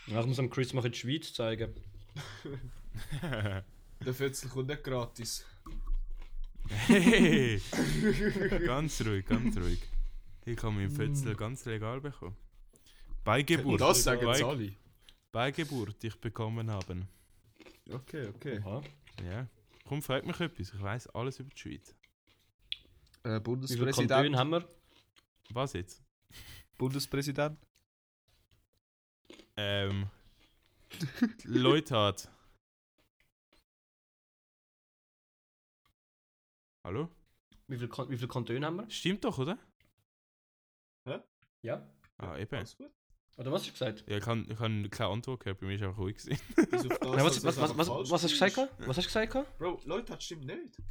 Ja, ich muss am Chris mal in die Schweiz zeigen.
Der Fötzel kommt nicht gratis.
Hey! ganz ruhig, ganz ruhig. Ich habe meinen Fötzl ganz legal bekommen. Bei Geburt.
Das sagen
bei,
sie alle.
bei Geburt, die ich bekommen habe.
Okay, okay.
Aha.
Ja. Komm, frag mich etwas. Ich weiß alles über die Schweiz.
Wie viele
Äh,
Kantone
Bundespräsident.
haben wir?
Was jetzt?
Bundespräsident.
Ähm. Leuthardt. Hallo?
Wie viele, Kan- wie viele Kantone haben wir?
Stimmt doch, oder?
Ja.
Ah, eben.
Alles gut.
Oder was hast du gesagt?
Ja, ich habe ich hab keine Antwort gehört, bei mir ist einfach ruhig gewesen.
Bis auf das,
Nein, was, was,
dass das
was,
einfach
was,
falsch
was, hast du gesagt?
war.
gehabt? Was hast du gesagt? gehabt?
Bro, Leute, das stimmt nicht.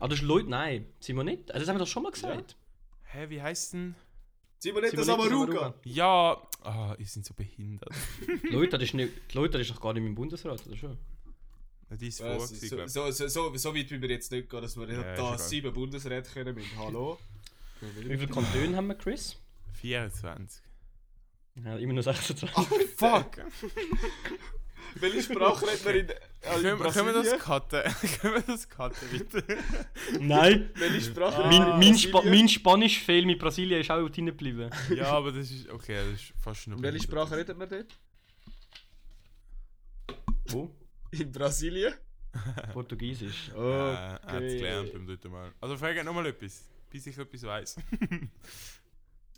Ah, das ist Leute, nein. Sind wir nicht? Also, das haben wir doch schon mal gesagt.
Hä, wie heißt denn?
Sind wir nicht
Sind
das
wir nicht
Amaruga?
Ja! Ah, ihr sind so behindert.
Leute, das ist nicht, Leute, das ist doch gar nicht im Bundesrat, oder schon?
Ja, Die ist vor,
Also,
gewesen,
so,
glaub ich.
so, so, so, so weit wie wir jetzt nicht gehen, dass wir
Ja, ist
da
egal.
sieben Bundesräte können mit Hallo.
Wie viele Kantone haben wir, Chris?
24.
Ja, immer nur 26.
Fuck!
Welche Sprachrednerin äh, in
Können, können wir
Brasilien?
das cutten? können wir das cutten, bitte?
Nein!
Welche Sprachrednerin?
Mein, Ah, mein, Spa mein Spanisch-Fail mit Brasilien ist auch drin geblieben.
ja, aber das ist. Okay, das ist fast nur.
Welche
behindert.
Sprache redet man dort?
Wo?
In Brasilien?
Portugiesisch.
Oh,
Äh, er hat es gelernt beim dritten Mal. Also frag noch mal etwas, bis ich etwas weiß.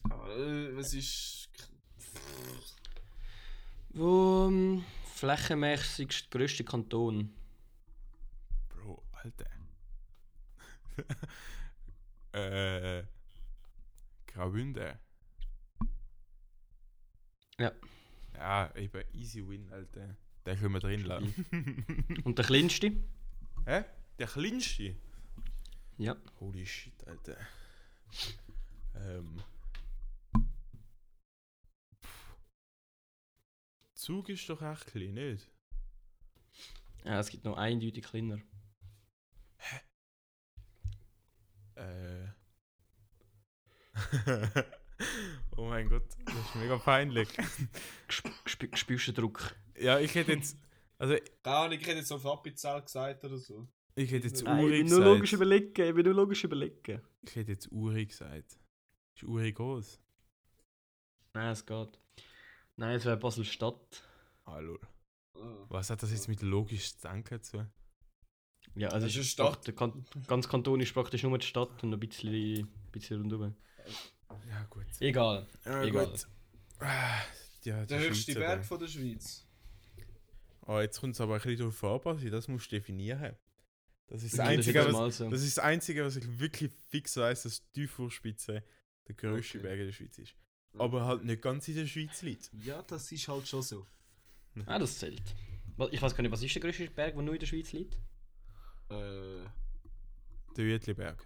Äh, es ist...
Wo ähm, flächenmäßigst grösste Kanton?
Bro, Alter. äh. Graubünden.
Ja.
Ja, eben easy win, Alter. Den können wir drin lassen.
Und der kleinste?
Hä? Der kleinste?
Ja.
Holy shit, Alter. Ähm. Pff. Zug ist doch echt klein, nicht?
ja es gibt noch eindeutig kleiner.
Äh. oh mein Gott, das ist mega peinlich.
Gesp gesp spürst du den Druck?
ja, ich hätte jetzt. Also,
Keine Ahnung, ich hätte jetzt auf Appizell gesagt oder so.
ich hätte
Äh,
jetzt
Nein,
Uri
nur logisch
gesagt.
überlegen. Ich bin nur logisch überlegen.
Ich hätte jetzt Uri gesagt. Ist Uri groß?
Nein, es geht. Nein, es wäre Basel-Stadt.
Hallo.
Ah.
Was hat das jetzt mit logisch zu denken zu?
Ja, also
Das ist eine
es
Stadt.
Der kan ganze Kanton ist praktisch nur die Stadt und ein bisschen, ein bisschen rundherum.
Ja, gut.
Egal.
Ja,
Egal.
gut. Ah, Ja,
Der höchste
Schweizer,
Berg
der-
von der Schweiz.
Ah, jetzt kommt es aber ein bisschen darauf an, Basi, das musst du definieren. Das ist das,
Ja,
Einzige,
jetzt
was,
mal so.
das ist das Einzige, was ich wirklich fix weiß, dass die Vorspitze der grösste
Okay.
Berg in der Schweiz ist. Aber halt nicht ganz in der Schweiz liegt.
Ja, das ist halt schon so.
Ah, das zählt. Wa- Ich weiß gar nicht, was ist der größte Berg, der nur in der Schweiz liegt?
Äh.
Der Wütliberg.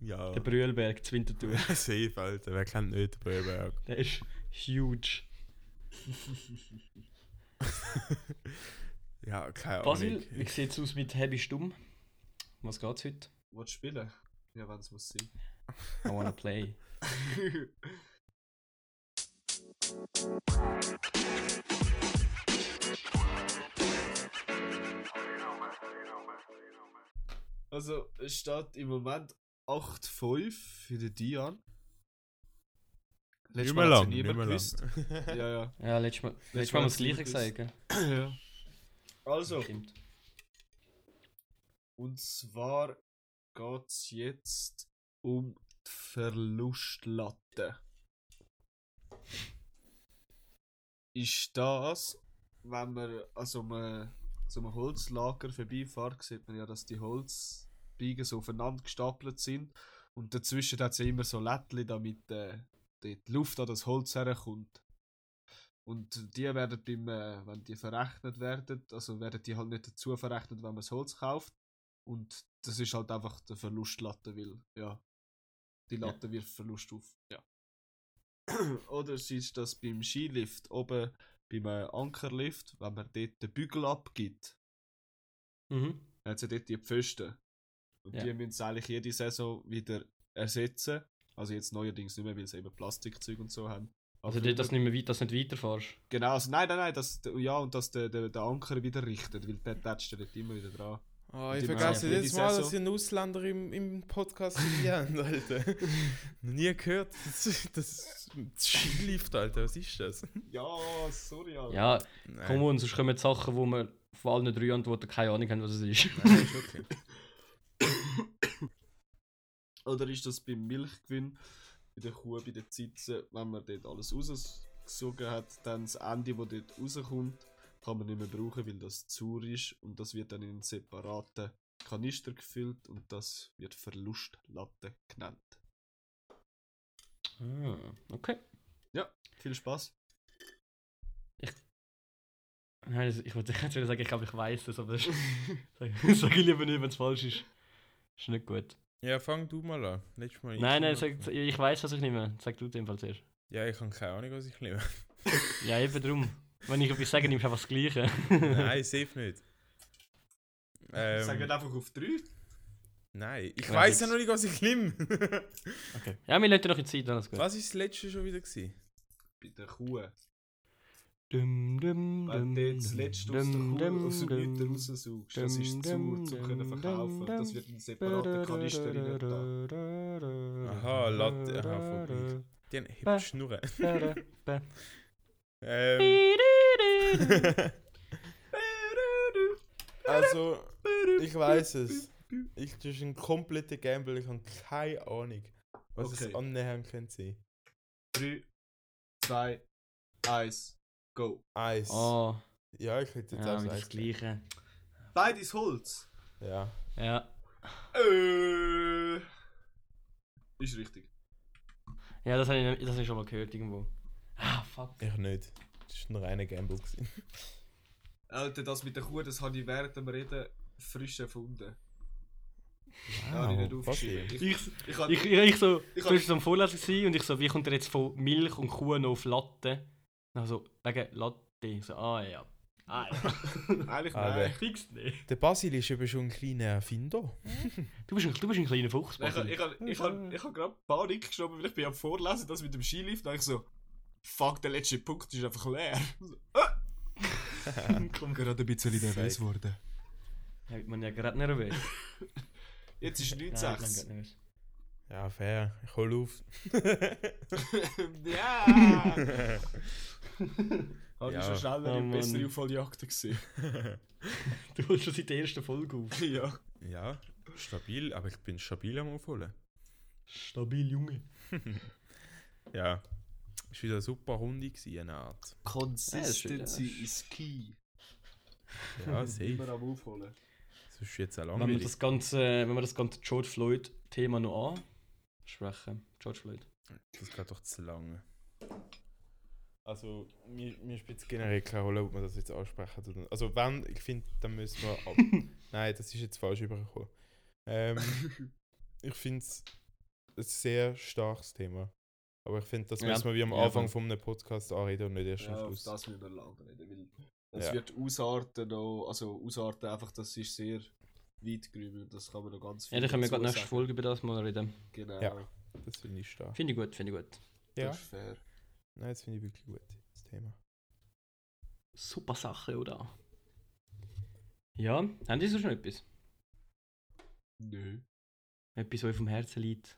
ja.
Der Brühlberg, zu Winterthur.
Safe, Alter. eh Wer kennt nicht den Brühlberg?
Der ist huge.
Ja, keine
Basil,
Ahnung.
wie sieht es aus mit Heavy Stumm? Was geht's heute?
Willst du spielen? Ja, wenn es muss sein.
I wanna play.
Also, es steht im Moment 8,5 für den Dian.
Nicht
Letztes
mehr
Mal hat's
lang,
ja
nicht mehr
niemand gewusst.
lang.
Ja, ja.
Ja, letztes Mal, letztes
Letztes
Mal
Mal
haben wir das
hat's
gleiche
nicht
gesagt, gell?
ja. Also,
Stimmt.
und zwar geht es jetzt um die Verlustlatte. Ist das, wenn man an so einem, so einem Holzlager vorbeifährt, sieht man ja, dass die Holzbiegen so aufeinander gestapelt sind. Und dazwischen hat es ja immer so Lättchen, damit äh, die die Luft an das Holz herkommt. Und die werden beim, äh, wenn die verrechnet werden, also werden die halt nicht dazu verrechnet, wenn man das Holz kauft. Und das ist halt einfach der Verlustlatte, weil, ja, die Latte wirft Verlust auf. Ja. Oder es ist das beim Skilift oben, beim äh, Ankerlift, wenn man dort den Bügel abgibt,
Mhm.
dann hat ja dort die Pfosten. Und
Ja.
die müssen sie eigentlich jede Saison wieder ersetzen. Also jetzt neuerdings nicht mehr, weil sie eben Plastikzeug und so haben.
Also,
früher-
dort, dass du nicht mehr weit, dass du nicht weiterfährst.
Genau, also nein, nein, nein, dass, der- ja, und dass der, der, der Anker wieder richtet, weil der tätscht ja dort immer wieder dran.
Ah, ich
Die
vergesse
Maria.
jedes
Die
Mal,
Saison.
dass ihr einen Ausländer im, im Podcast hier habt, Alter. Noch nie gehört. Das, ist- das ist ein Skilift, Alter. Was ist das?
Ja, sorry, Alter.
Ja,
Nein.
komm on, sonst kommen jetzt Sachen, wo wir von allen drei Antworten keine Ahnung haben, was es ist.
Nein, ist okay.
Oder ist das beim Milchgewinn bei der Kuh, bei der Zitze, wenn man dort alles rausgesogen hat, dann das Ende, wo dort rauskommt, kann man nicht mehr brauchen, weil das zur ist und das wird dann in einen separaten Kanister gefüllt und das wird Verlustlatte genannt.
Ah, okay.
Viel Spaß.
Nein, das- ich wollte jetzt wieder sagen, ich glaube, ich weiß das, aber das sage sag ich lieber nicht, wenn es falsch ist. Ist nicht gut.
Ja, fang du mal an. Letztes Mal. ich
Nein, nein,
gemacht.
sag, ich weiß, was ich nehme. Sag du den Fall zuerst.
Ja, ich habe keine Ahnung, was ich nehme.
Ja, eben drum. Wenn ich etwas sage, nimmst du einfach das Gleiche.
Nein, safe nicht. Ähm,
Sagen wir einfach auf drei.
nein, ich
Ja,
weiß ja
fix.
noch nicht, was ich nehme.
Ja, wir lassen noch in Zeit, alles gut.
was ist das letzte schon wieder? Gewesen?
Bei der Kuh.
Dum, dum,
Wenn
dum,
du jetzt das
dum,
letzte aus der
dum,
Kuh
dum,
aus dem
dum.
Lüter raussuchst, das ist zu, zum können verkaufen. Das wird in einen separaten Kanister rein da.
Aha, Latte. Aha, voll Den
Bäh.
hebt Schnurren.
Bäh.
Ähm, also, ich weiß es. Ich, das ist ein kompletter Gamble. Ich habe keine Ahnung, was es
Okay.
annähernd könnte sein.
Drei, 2, 1, go.
Eis.
Ah,
Ja, ich hätte jetzt
ja,
auch
mit
Eis.
das Gleiche.
Beides Holz.
Ja.
Ja.
Äh. Ist richtig.
Ja, das habe ich, das hab ich schon mal gehört irgendwo. Ah, fuck.
Ich nicht. Das war ein reiner Gamble. Gewesen.
Alter, das mit der Kuh, das habe ich während dem Reden frisch erfunden. Ja, habe ich nicht
Wow,
aufgeschrieben.
okay.
Ich,
Ich,
ich, hab-
ich, ich so,
Ich
du warst so am Vorlesen gewesen und ich so, wie kommt er jetzt von Milch und Kuh noch auf Latte? Also, wegen Latte. So, ah ja. Ah ja.
eigentlich
Ah,
nein.
weh.
Fix nicht.
Der Basil ist eben schon ein kleiner Erfinder.
Du bist ein, du bist ein kleiner Fuchs.
Nein, Ich habe
Basil.
ich, hab- ich, hab- ich hab gerade Panik geschoben, weil ich bin am Vorlesen, das mit dem Skilift, und ich so, fuck, der letzte Punkt ist einfach leer. So, ah! Komm, gerade ein bisschen
Fake.
nervös geworden.
Ja, wird man ja gerade nervös.
Jetzt ist
Nein, wird man grad
9-6.
nervös.
Ja, fair. Ich hole auf.
ja! Habe
Ja.
ich schon schneller
Oh,
eine bessere
Mann.
Aufholjagd gesehen.
Du holst schon seit der ersten Folge auf.
ja.
ja, stabil, aber ich bin stabil am Aufholen.
Stabil, Junge.
Ja. Es war wieder eine super Runde, gewesen, eine Art.
Consistency
Ja,
is key.
Ja,
Immer
safe.
am Aufholen.
Das ist jetzt auch
Wenn wir
langweilig.
das ganze, wenn wir das ganze George Floyd-Thema noch ansprechen. George Floyd.
Das geht doch zu lange. Also, mir, mir spielt es generell keine Rolle, ob man das jetzt ansprechen tut. Also, wenn, ich finde, dann müssen wir ab. Nein, das ist jetzt falsch übergekommen. Ähm, ich finde es ein sehr starkes Thema. Aber ich finde, das
Ja.
müssen wir wie am
Ja,
Anfang
voll.
von einem Podcast anreden und nicht erst
Ja,
am
auf
Schluss.
das müssen wir lange reden, weil es
Ja.
wird ausarten noch, also ausarten einfach, das ist sehr weit gerübelt, das kann man noch ganz viel
Ja, dann können wir
dazu
gerade nächste
sagen.
Folge über das mal reden.
Genau,
Ja. Das finde ich stark.
Finde ich gut, finde ich gut.
das ist fair.
Nein, das finde ich wirklich gut, das Thema.
Super Sache, oder? Ja, haben die so schon etwas?
Nö.
Etwas, was vom Herzen liegt.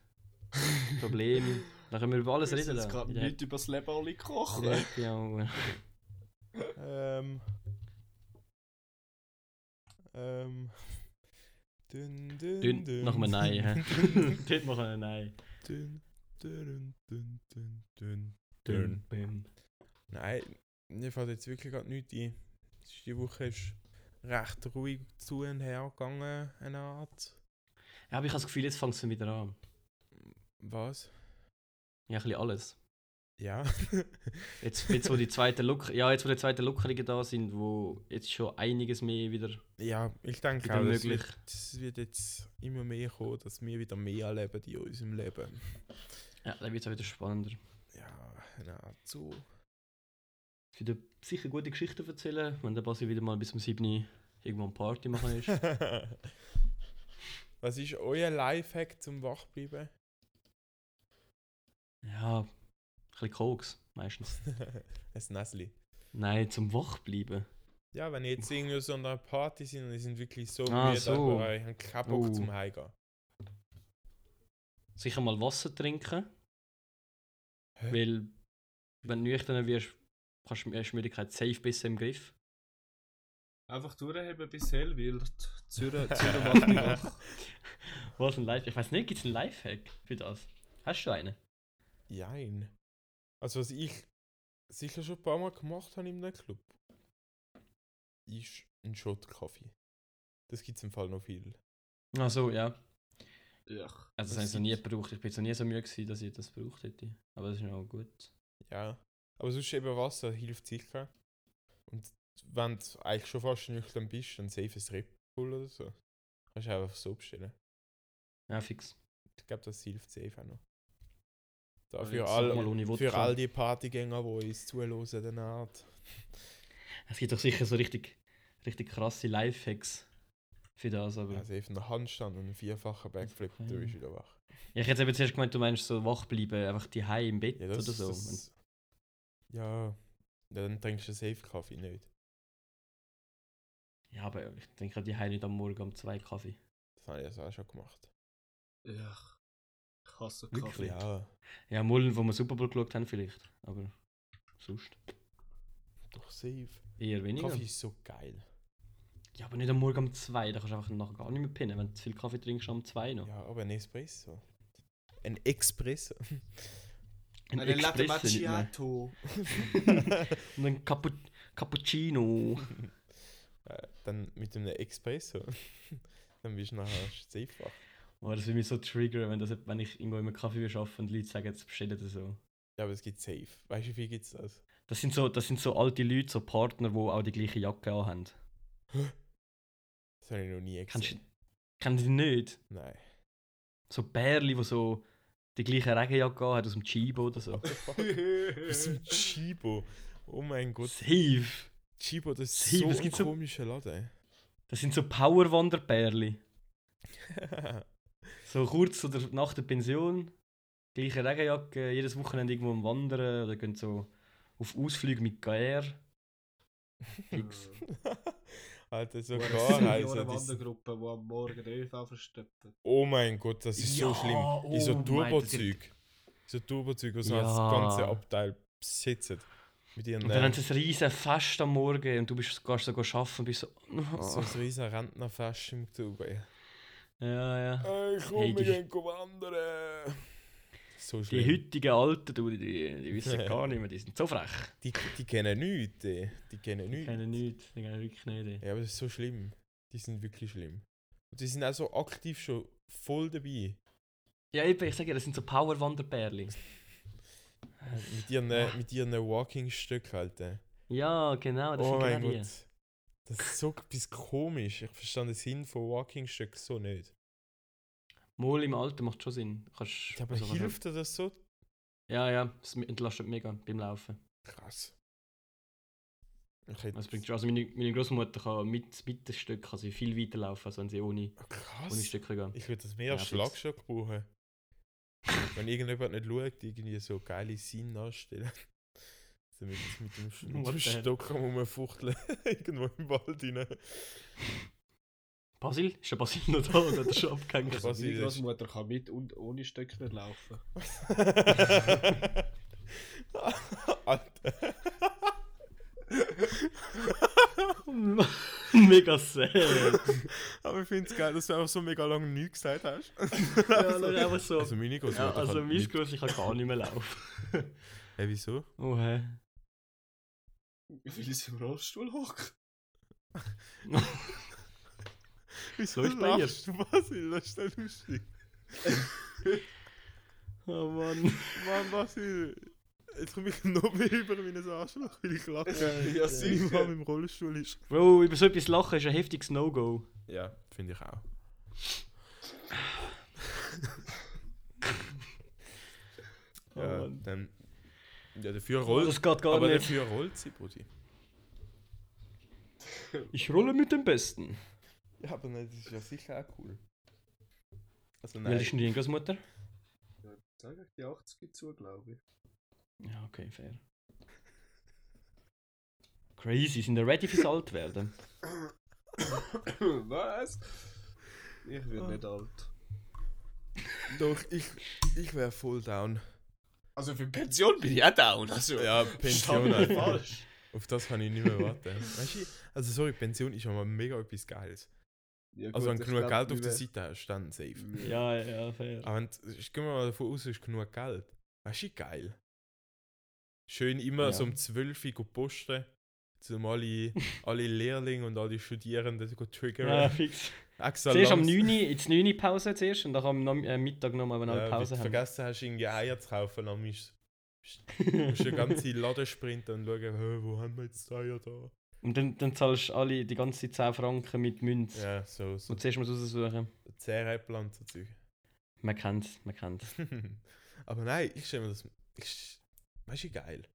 Probleme. Da können wir über alles
Wir sind
reden.
jetzt gerade nicht über das Leben alle kochen.
Ja,
Ähm. Ähm. Dün, dün,
Dünn, machen wir Nein. hä? Dort machen wir Nein.
Dünn, dünn, dünn, dünn, dünn.
Dünn.
Dünn.
Bim.
Nein, mir fällt jetzt wirklich gerade nichts ein. Es ist- Die Woche ist recht ruhig zu und her gegangen, eine Art.
Ja, aber ich habe das Gefühl, jetzt fängst du wieder an.
Was?
Ja, ein bisschen alles.
Ja.
Jetzt, jetzt wo die zweite Look ja, jetzt, wo die zweiten Lockerungen da sind, wo jetzt schon einiges mehr wieder.
ja, ich denke
Wieder
auch, das
möglich.
wird, das wird jetzt immer mehr kommen, dass wir wieder mehr erleben in unserem Leben.
Ja, dann wird es auch wieder spannender.
Ja, eine Art so.
Es wird sicher gute Geschichten erzählen, wenn der Basi wieder mal bis um 7 Uhr irgendwo eine Party machen ist.
Was ist euer Lifehack zum Wachbleiben?
ja, ein bisschen Koks meistens.
Ein Näsli.
Nein, zum Wachbleiben.
Ja, wenn ihr jetzt irgendwie so an einer Party sind und die sind wirklich so
Ah,
müde,
so.
aber ich habe keinen Bock
Oh.
zum Heimgehen.
Sicher mal Wasser trinken.
Hä?
Weil, wenn du nüchtern wirst, kannst du hast du Müdigkeit safe besser im Griff.
Einfach durchheben bis hell wird. Zürich, Zürich macht mich wach.
Was ein Lifehack? Ich weiß nicht, gibt es einen Lifehack für das? Hast du einen?
Jein. Also was ich sicher schon ein paar Mal gemacht habe in einem Club, ist ein Shot Kaffee. Das gibt es im Fall noch viel.
Ach so, ja.
Ja.
Also das
Das
habe ich noch nie
gibt's.
gebraucht. Ich bin jetzt noch nie so müde gewesen, dass ich das gebraucht hätte. Aber das ist noch gut.
Ja. Aber sonst eben Wasser hilft sicher. Und wenn du eigentlich schon fast nüchtern bist, dann safe ein Red Bull oder so. Kannst du einfach so bestellen.
Ja, fix.
Ich glaube, das hilft safe auch noch.
Ja,
Da für,
jetzt
all,
mal ohne
für
Wodka.
all die Partygänger, die uns zuhören, dann halt. Art.
Es gibt doch sicher so richtig, richtig krasse Lifehacks für das. Aber
Also eben einen Handstand und einen vierfachen Backflip, du bist wieder wach.
Ja, ich hätte eben zuerst gemeint, du meinst so wach bleiben, einfach die im Bett
Ja, das,
oder so.
das, ja, ja, dann trinkst du safe Kaffee nicht.
ja, aber ich trinke die nicht am Morgen um zwei Kaffee.
Das habe ich also auch schon gemacht.
Ja. Ich hasse
Wirklich?
Kaffee.
Ja,
Ja, mal, wo wir Super Bowl geschaut haben vielleicht. Aber sonst
doch safe.
eher weniger.
Kaffee ist so geil.
Ja, aber nicht am Morgen um zwei, da kannst du einfach nachher gar nicht mehr pinnen, wenn du zu viel um Kaffee trinkst am zwei noch.
Ja, aber ein Espresso. Ein Espresso.
Ein
Eine Latte
Espresso nicht mehr.
Macchiato.
Und ein Capu Cappuccino.
Äh, dann mit einem Espresso. dann bist du nachher safe.
Oh, das würde mich so triggern, wenn, das, wenn ich irgendwo in einem Kaffee arbeite und Leute sagen, jetzt bestellen oder so.
Ja, aber es gibt safe. Weißt du, wie viel gibt es das?
Das sind, so, das sind so alte Leute, so Partner, die auch die gleiche Jacke anhaben.
Das habe ich noch nie
Kennst du
gesehen.
kennst du die nicht?
Nein.
So Bärli, die so die gleiche Regenjacke anhat aus dem Chibo oder so.
Aus
Äh,
dem Chibo. Oh mein Gott.
Safe!
Chibo, das ist
Safe,
so
es
ein
gibt so-
komischer Laden.
Das sind so Powerwanderbärli. So kurz oder nach der Pension, gleiche Regenjacke, jedes Wochenende irgendwo am Wandern oder gehen so auf Ausflüge mit Gaer. Fix.
Alter, so
Eine
Garreisen.
Wandergruppe, die am Morgen den ÖV verstopft.
Oh mein Gott, das ist so
Ja,
schlimm.
oh
In so
mein,
Turbozeug. So Turbozeug, was ja. das
Ja.
ganze Abteil besetzt. Mit ihren
Und dann haben
äh,
sie ein riesen Fest am Morgen und du bist, gehst sogar arbeiten und bist so...
so ein riesen Rentnerfest im Oktober.
Ja, ja.
Hey, komm,
Hey, die-
wir gehen wandern. So
Die
schlimm.
heutigen Alten, du, die, die wissen gar nicht mehr, die sind so frech.
Die, die kennen nichts, die, die kennen
Die
nichts.
kennen nichts, die kennen wirklich nicht. ey.
Ja, aber das ist so schlimm. Die sind wirklich schlimm. Und die sind auch so aktiv schon voll dabei.
Ja, eben, ich sage ja, das sind so Powerwanderbärli.
Mit ihren, mit ihren Walking-Stück halt. äh.
Ja, genau, das
Oh
sind
mein
genau die.
Gott. Das ist so etwas komisch. Ich verstand den Sinn von Walking-Stück so nicht.
Mal im Alter macht schon Sinn. Kannst,
Ich glaube,
also,
hilft dir das so?
Ja, ja, es entlastet mega beim Laufen.
Krass. Ich hätte,
Das bringt schon. Also meine, meine Großmutter kann mit, mit dem Stück also viel weiter laufen, als wenn sie ohne, ohne
krass.
Stöcke gehen.
Ich würde das mehr
Ja,
als
fix.
Schlagstock brauchen. Wenn irgendjemand nicht schaut, irgendwie so geile Sinn nachstellen. Damit es mit dem, Sch- mit
What
dem
the hell?
Stock am rumfuchteln. Irgendwo im Wald rein.
Basil? Ist der Basil noch da oder hat er schon abgehängt?
Also- Was
Meine
ist-
Großmutter kann mit und ohne Stöcke nicht laufen.
Alter.
mega sad.
Aber ich finde es geil, dass du einfach so mega lange nichts gesagt hast.
ja, nur einfach so.
Also meine Großmutter
ja, also
kann
mein
nicht-
Groß, ich kann gar nicht mehr laufen.
Hä, wieso?
oh, hä?
Weil sie im Rollstuhl hockt.
Wieso
ist bei ihr?
lachst du, Basil? Das ist nicht lustig.
Oh Mann.
Mann, Basil. Jetzt komme ich noch mehr über meinen Arschloch, weil ich lache.
Ja,
Dass seine Mama im Rollstuhl ist.
Bro, über so etwas lachen ist ein heftiges No-Go.
Ja, finde ich auch.
Oh
ja,
Mann.
dann, ja, dafür
Das
rollt
geht gar
Aber
nicht.
dafür rollt sie, Brudi.
Ich rolle mit dem Besten.
Ja, aber nein, das ist ja sicher auch cool. Also
Wer ist denn deine Großmutter?
Sag ich die 80 zu, glaube ich.
Ja, okay, fair. Crazy, sind wir ready fürs Altwerden?
Was? Ah. Ich werde nicht alt.
Doch, ich, ich wäre voll down.
Also für Pension bin ich auch down. Also,
Ja, Pension.
Verstanden,
Alter.
falsch.
Auf das kann ich nicht mehr warten. Weißt du, also sorry, Pension ist aber mega etwas Geiles.
Ja,
Also
gut,
wenn du
ich Mhm.
genug
glaub,
Geld auf
wir-
der Seite hast, dann safe.
ja, ja, fair.
Aber wenn, du- ich gehe mal davon aus, du hast genug Geld. Weißt du, geil. Schön immer
Ja.
so um 12 Uhr go posten, um alle, alle Lehrlinge und alle Studierenden zu go triggern.
Ja, fix.
Extra
Zuerst am
langs-
9 Uhr, jetzt 9 Uhr Pause zuerst und dann am Nam- äh, Mittag nochmal, wenn alle
Ja,
Pause
wenn du
haben.
vergessen hast, irgendwie Eier zu kaufen, dann musst du musst den ganzen Laden sprinten und schauen, «Hä, wo haben wir jetzt die Eier da?
Und dann, dann zahlst du alle die ganze 10 Franken mit Münz.
Ja, so, so
Und zuerst mal raussuchen.
Zähräppel und so Zeug.
Man kennt's, man kennt's.
Aber nein, ich stelle mir das. Ich, weißt du, geil.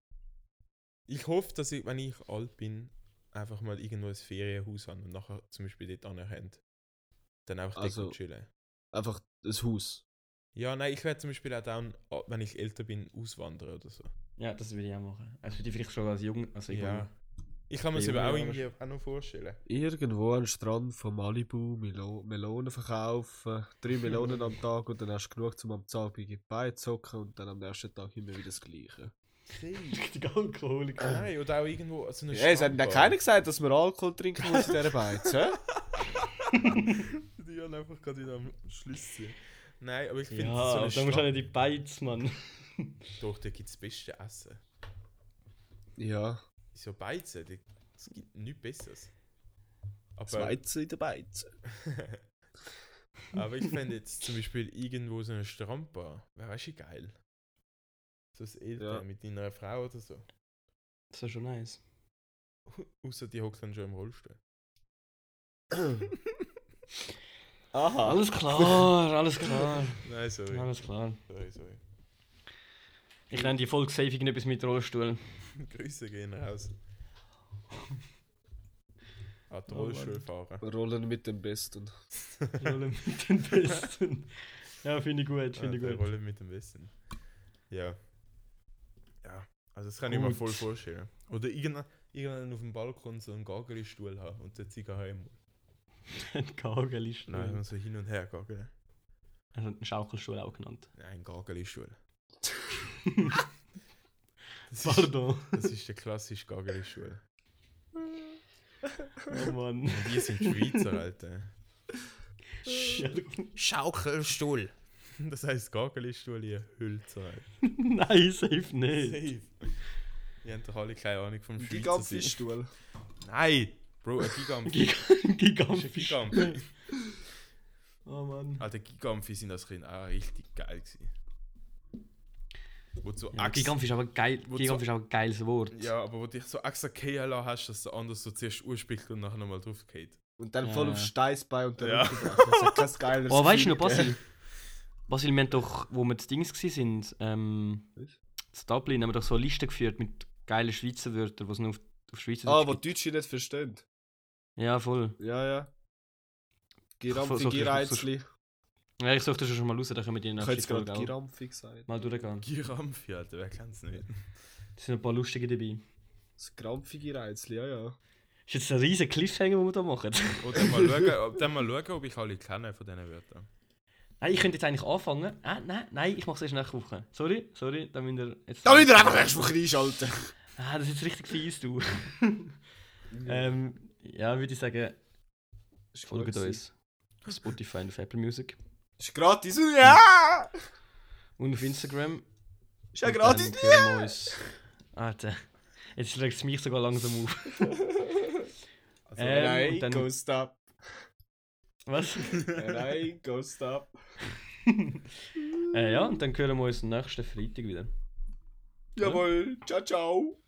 Ich hoffe, dass ich, wenn ich alt bin, einfach mal irgendwo ein Ferienhaus habe und nachher zum Beispiel dort anerkennt. Dann einfach also,
Also-
dort chillen.
Einfach das Haus.
Ja, nein, ich werde zum Beispiel auch dann, wenn ich älter bin, auswandern oder so.
Ja, das würde ich auch machen. Also würde ich vielleicht schon als Jung, also ich
Ja. Ich kann mir
Ja,
das eben auch
aber-
irgendwie auch noch vorstellen.
Irgendwo am Strand von Malibu Melo Melonen verkaufen, drei Melonen am Tag und dann hast du genug, um am Tag in die Beine zu zocken und dann am nächsten Tag immer wieder das Gleiche.
richtig Alkoholiker.
Nein, oder auch irgendwo so eine
Ja, es hat
da
dann keiner gesagt, dass man Alkohol trinken muss in dieser Beiz, hä?
Die haben einfach gerade wieder am Schluss ziehen. Nein, aber ich finde
Ja,
so eine
da musst du
Strand-
halt die Beiz, Mann.
Doch, da gibt es das beste Essen.
Ja.
Ist ja Beizen, da- es gibt nichts Besseres. Aber,
Beizen in der Beizen.
aber ich fände jetzt zum Beispiel irgendwo so eine Strandbar, wäre schon geil. So ein Eltern
Ja.
mit deiner Frau oder so.
Das ist schon nice.
Außer die hockt dann schon im Rollstuhl.
Aha.
Alles klar, alles klar,
Nein, sorry.
alles klar.
Sorry, sorry.
Ich nenne die Folge safe irgendetwas mit Rollstuhl.
Grüße gehen raus. Ah, die Rollstuhl fahren.
Rollen mit dem Besten.
Rollen mit den Besten. Ja, finde ich gut,
Ah,
finde
die
ich gut.
Rolle mit dem Wissen. Ja. Ja. Also das kann ich mir
Gut.
voll vorstellen. Oder irgendein- irgendeinen auf dem Balkon so einen Gagelstuhl haben und der Zigarre im Mund.
Ein Gagelstuhl.
Nein,
Nein.
und so hin und her gageln.
Er hat einen Schaukelstuhl auch genannt.
Nein, ein Gagelstuhl. das, ist,
Pardon.
das ist der klassische Gagelstuhl.
Oh Mann.
Wir sind Schweizer, Alter.
Ja, du-
Schaukelstuhl. Das heißt Gagelstuhl, ihr Hülzer.
Nein, safe nicht.
Safe. Ihr habt doch alle keine Ahnung vom Schweizer Sinn.
Gigantfischstuhl.
Nein! Bro, ein Gigampfi.
Gig-
Das ist ein
Gigantisch.
Also, Gigampfi.
Oh Mann.
Alter, Gigampfi sind das Kind auch richtig geil gewesen. Wo du so
Ja,
Axt-
Gigampf ist aber geil.
Wozu-
Gigampf ist aber ein geiles Wort.
Ja, aber wo dich so Axa gehen lassen hast, dass der andere so zuerst urspielt und nachher nochmal drauf geht.
Und dann voll
Ja.
auf Steißbein und dann
Ja.
Rücken drauf. Das hat kein geiles
Oh, weißt du noch,
Gefühl gegeben.
Basil? Basil, wir haben doch, wo wir das Dings waren, ähm,
Was?
zu Dublin, haben wir doch so eine Liste geführt mit geilen Schweizer Wörtern, die es nur auf, auf Schweizer
Ah,
ah,
wo Deutsche nicht verstehen.
Ja, voll.
Ja, ja.
So-
Girampfi,
so- so-
Gireizli.
Ja, ich suche das schon mal raus, dann können wir die
Ich
nächste
hätte jetzt
Folge
gerade
auch
Girampfi gesagt.
mal durchgehen.
Girampfi, Alter, wer kann's nicht?
Da sind ein paar lustige dabei.
Das girampfige Reizli, ja, ja.
Ist jetzt ein riesen Cliffhanger, den wir da machen?
Oder mal schauen, ob, dann mal schauen, ob ich alle kenne von diesen Wörtern.
nein, ich könnte jetzt eigentlich anfangen. Ah, nein, nein, ich mache es erst nächste Woche. Sorry, sorry, dann müsst ihr jetzt...
Da wieder einfach erst Woche einschalten.
Ah, das ist jetzt richtig fies, du. ähm, ja, würde ich sagen,
Ist gut
folgt
gewesen.
uns. Auf Spotify und auf Apple Music.
Ist gratis. Ja!
Und auf Instagram.
Ist ja
Und
gratis.
dann hören wir uns. Alter. Jetzt schlägt es mich sogar langsam auf.
Also,
Ähm, und
Nein,
dann-
go stop.
Was?
Nein, go stop.
äh, ja, und dann hören wir uns nächsten Freitag wieder.
Jawohl. Ciao, ciao.